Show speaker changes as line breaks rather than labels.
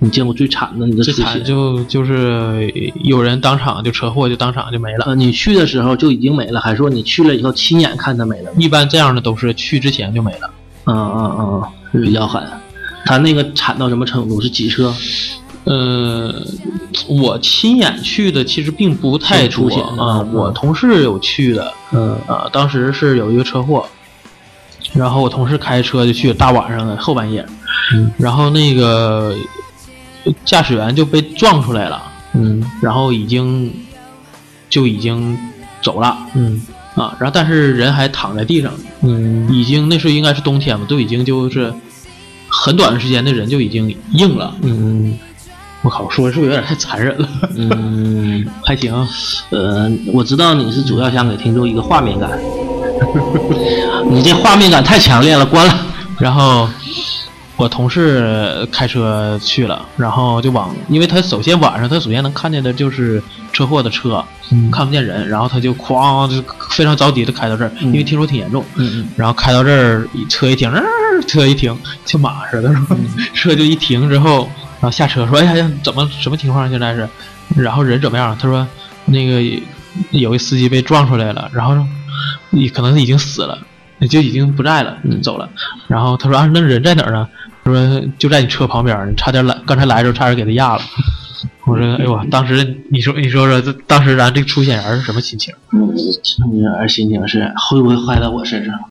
你见过最惨的你的
最
出
惨
血？
就就是有人当场就车祸，就当场就没了。
呃，你去的时候就已经没了，还是说你去了以后亲眼看它没了？
一般这样的都是去之前就没了，
嗯嗯嗯，是比较狠。它那个惨到什么程度？是几车？
呃，我亲眼去的其实并不太
挺出
多
险的
啊、
嗯
我同事有去的，
嗯
啊，当时是有一个车祸，然后我同事开车就去，大晚上的后半夜，
嗯
然后那个驾驶员就被撞出来了，
嗯
然后已经就已经走了
嗯
啊，然后但是人还躺在地上，
嗯
已经那时候应该是冬天嘛，都已经就是很短的时间，那人就已经硬了。
嗯
我靠，我说是不是有点太残忍了？
嗯，
还行啊，
呃，我知道你是主要想给听众一个画面 感，你这画面感太强烈了，关了。
然后我同事开车去了，然后就往，因为他首先晚上他首先能看见的就是车祸的车，
嗯
看不见人，然后他就哐就非常着急的开到这儿，
嗯
因为听说挺严重。
嗯
然后开到这儿，车一停，啊车一停，像马似的，是吧？ 车就一停之后，然后下车说：“哎呀哎呀，怎么什么情况？现在是？然后人怎么样？”他说：“那个有一司机被撞出来了，然后你可能是已经死了，就已经不在了，
嗯
走了。”然后他说：“啊，那人在哪儿呢？”他说：“就在你车旁边儿，你差点来，刚才来的时候差点给他压了。” 我说：“哎呦，当时你说你说说，这当时咱这个出险人是什么心情？
嗯，而心情是会不会坏到我身上？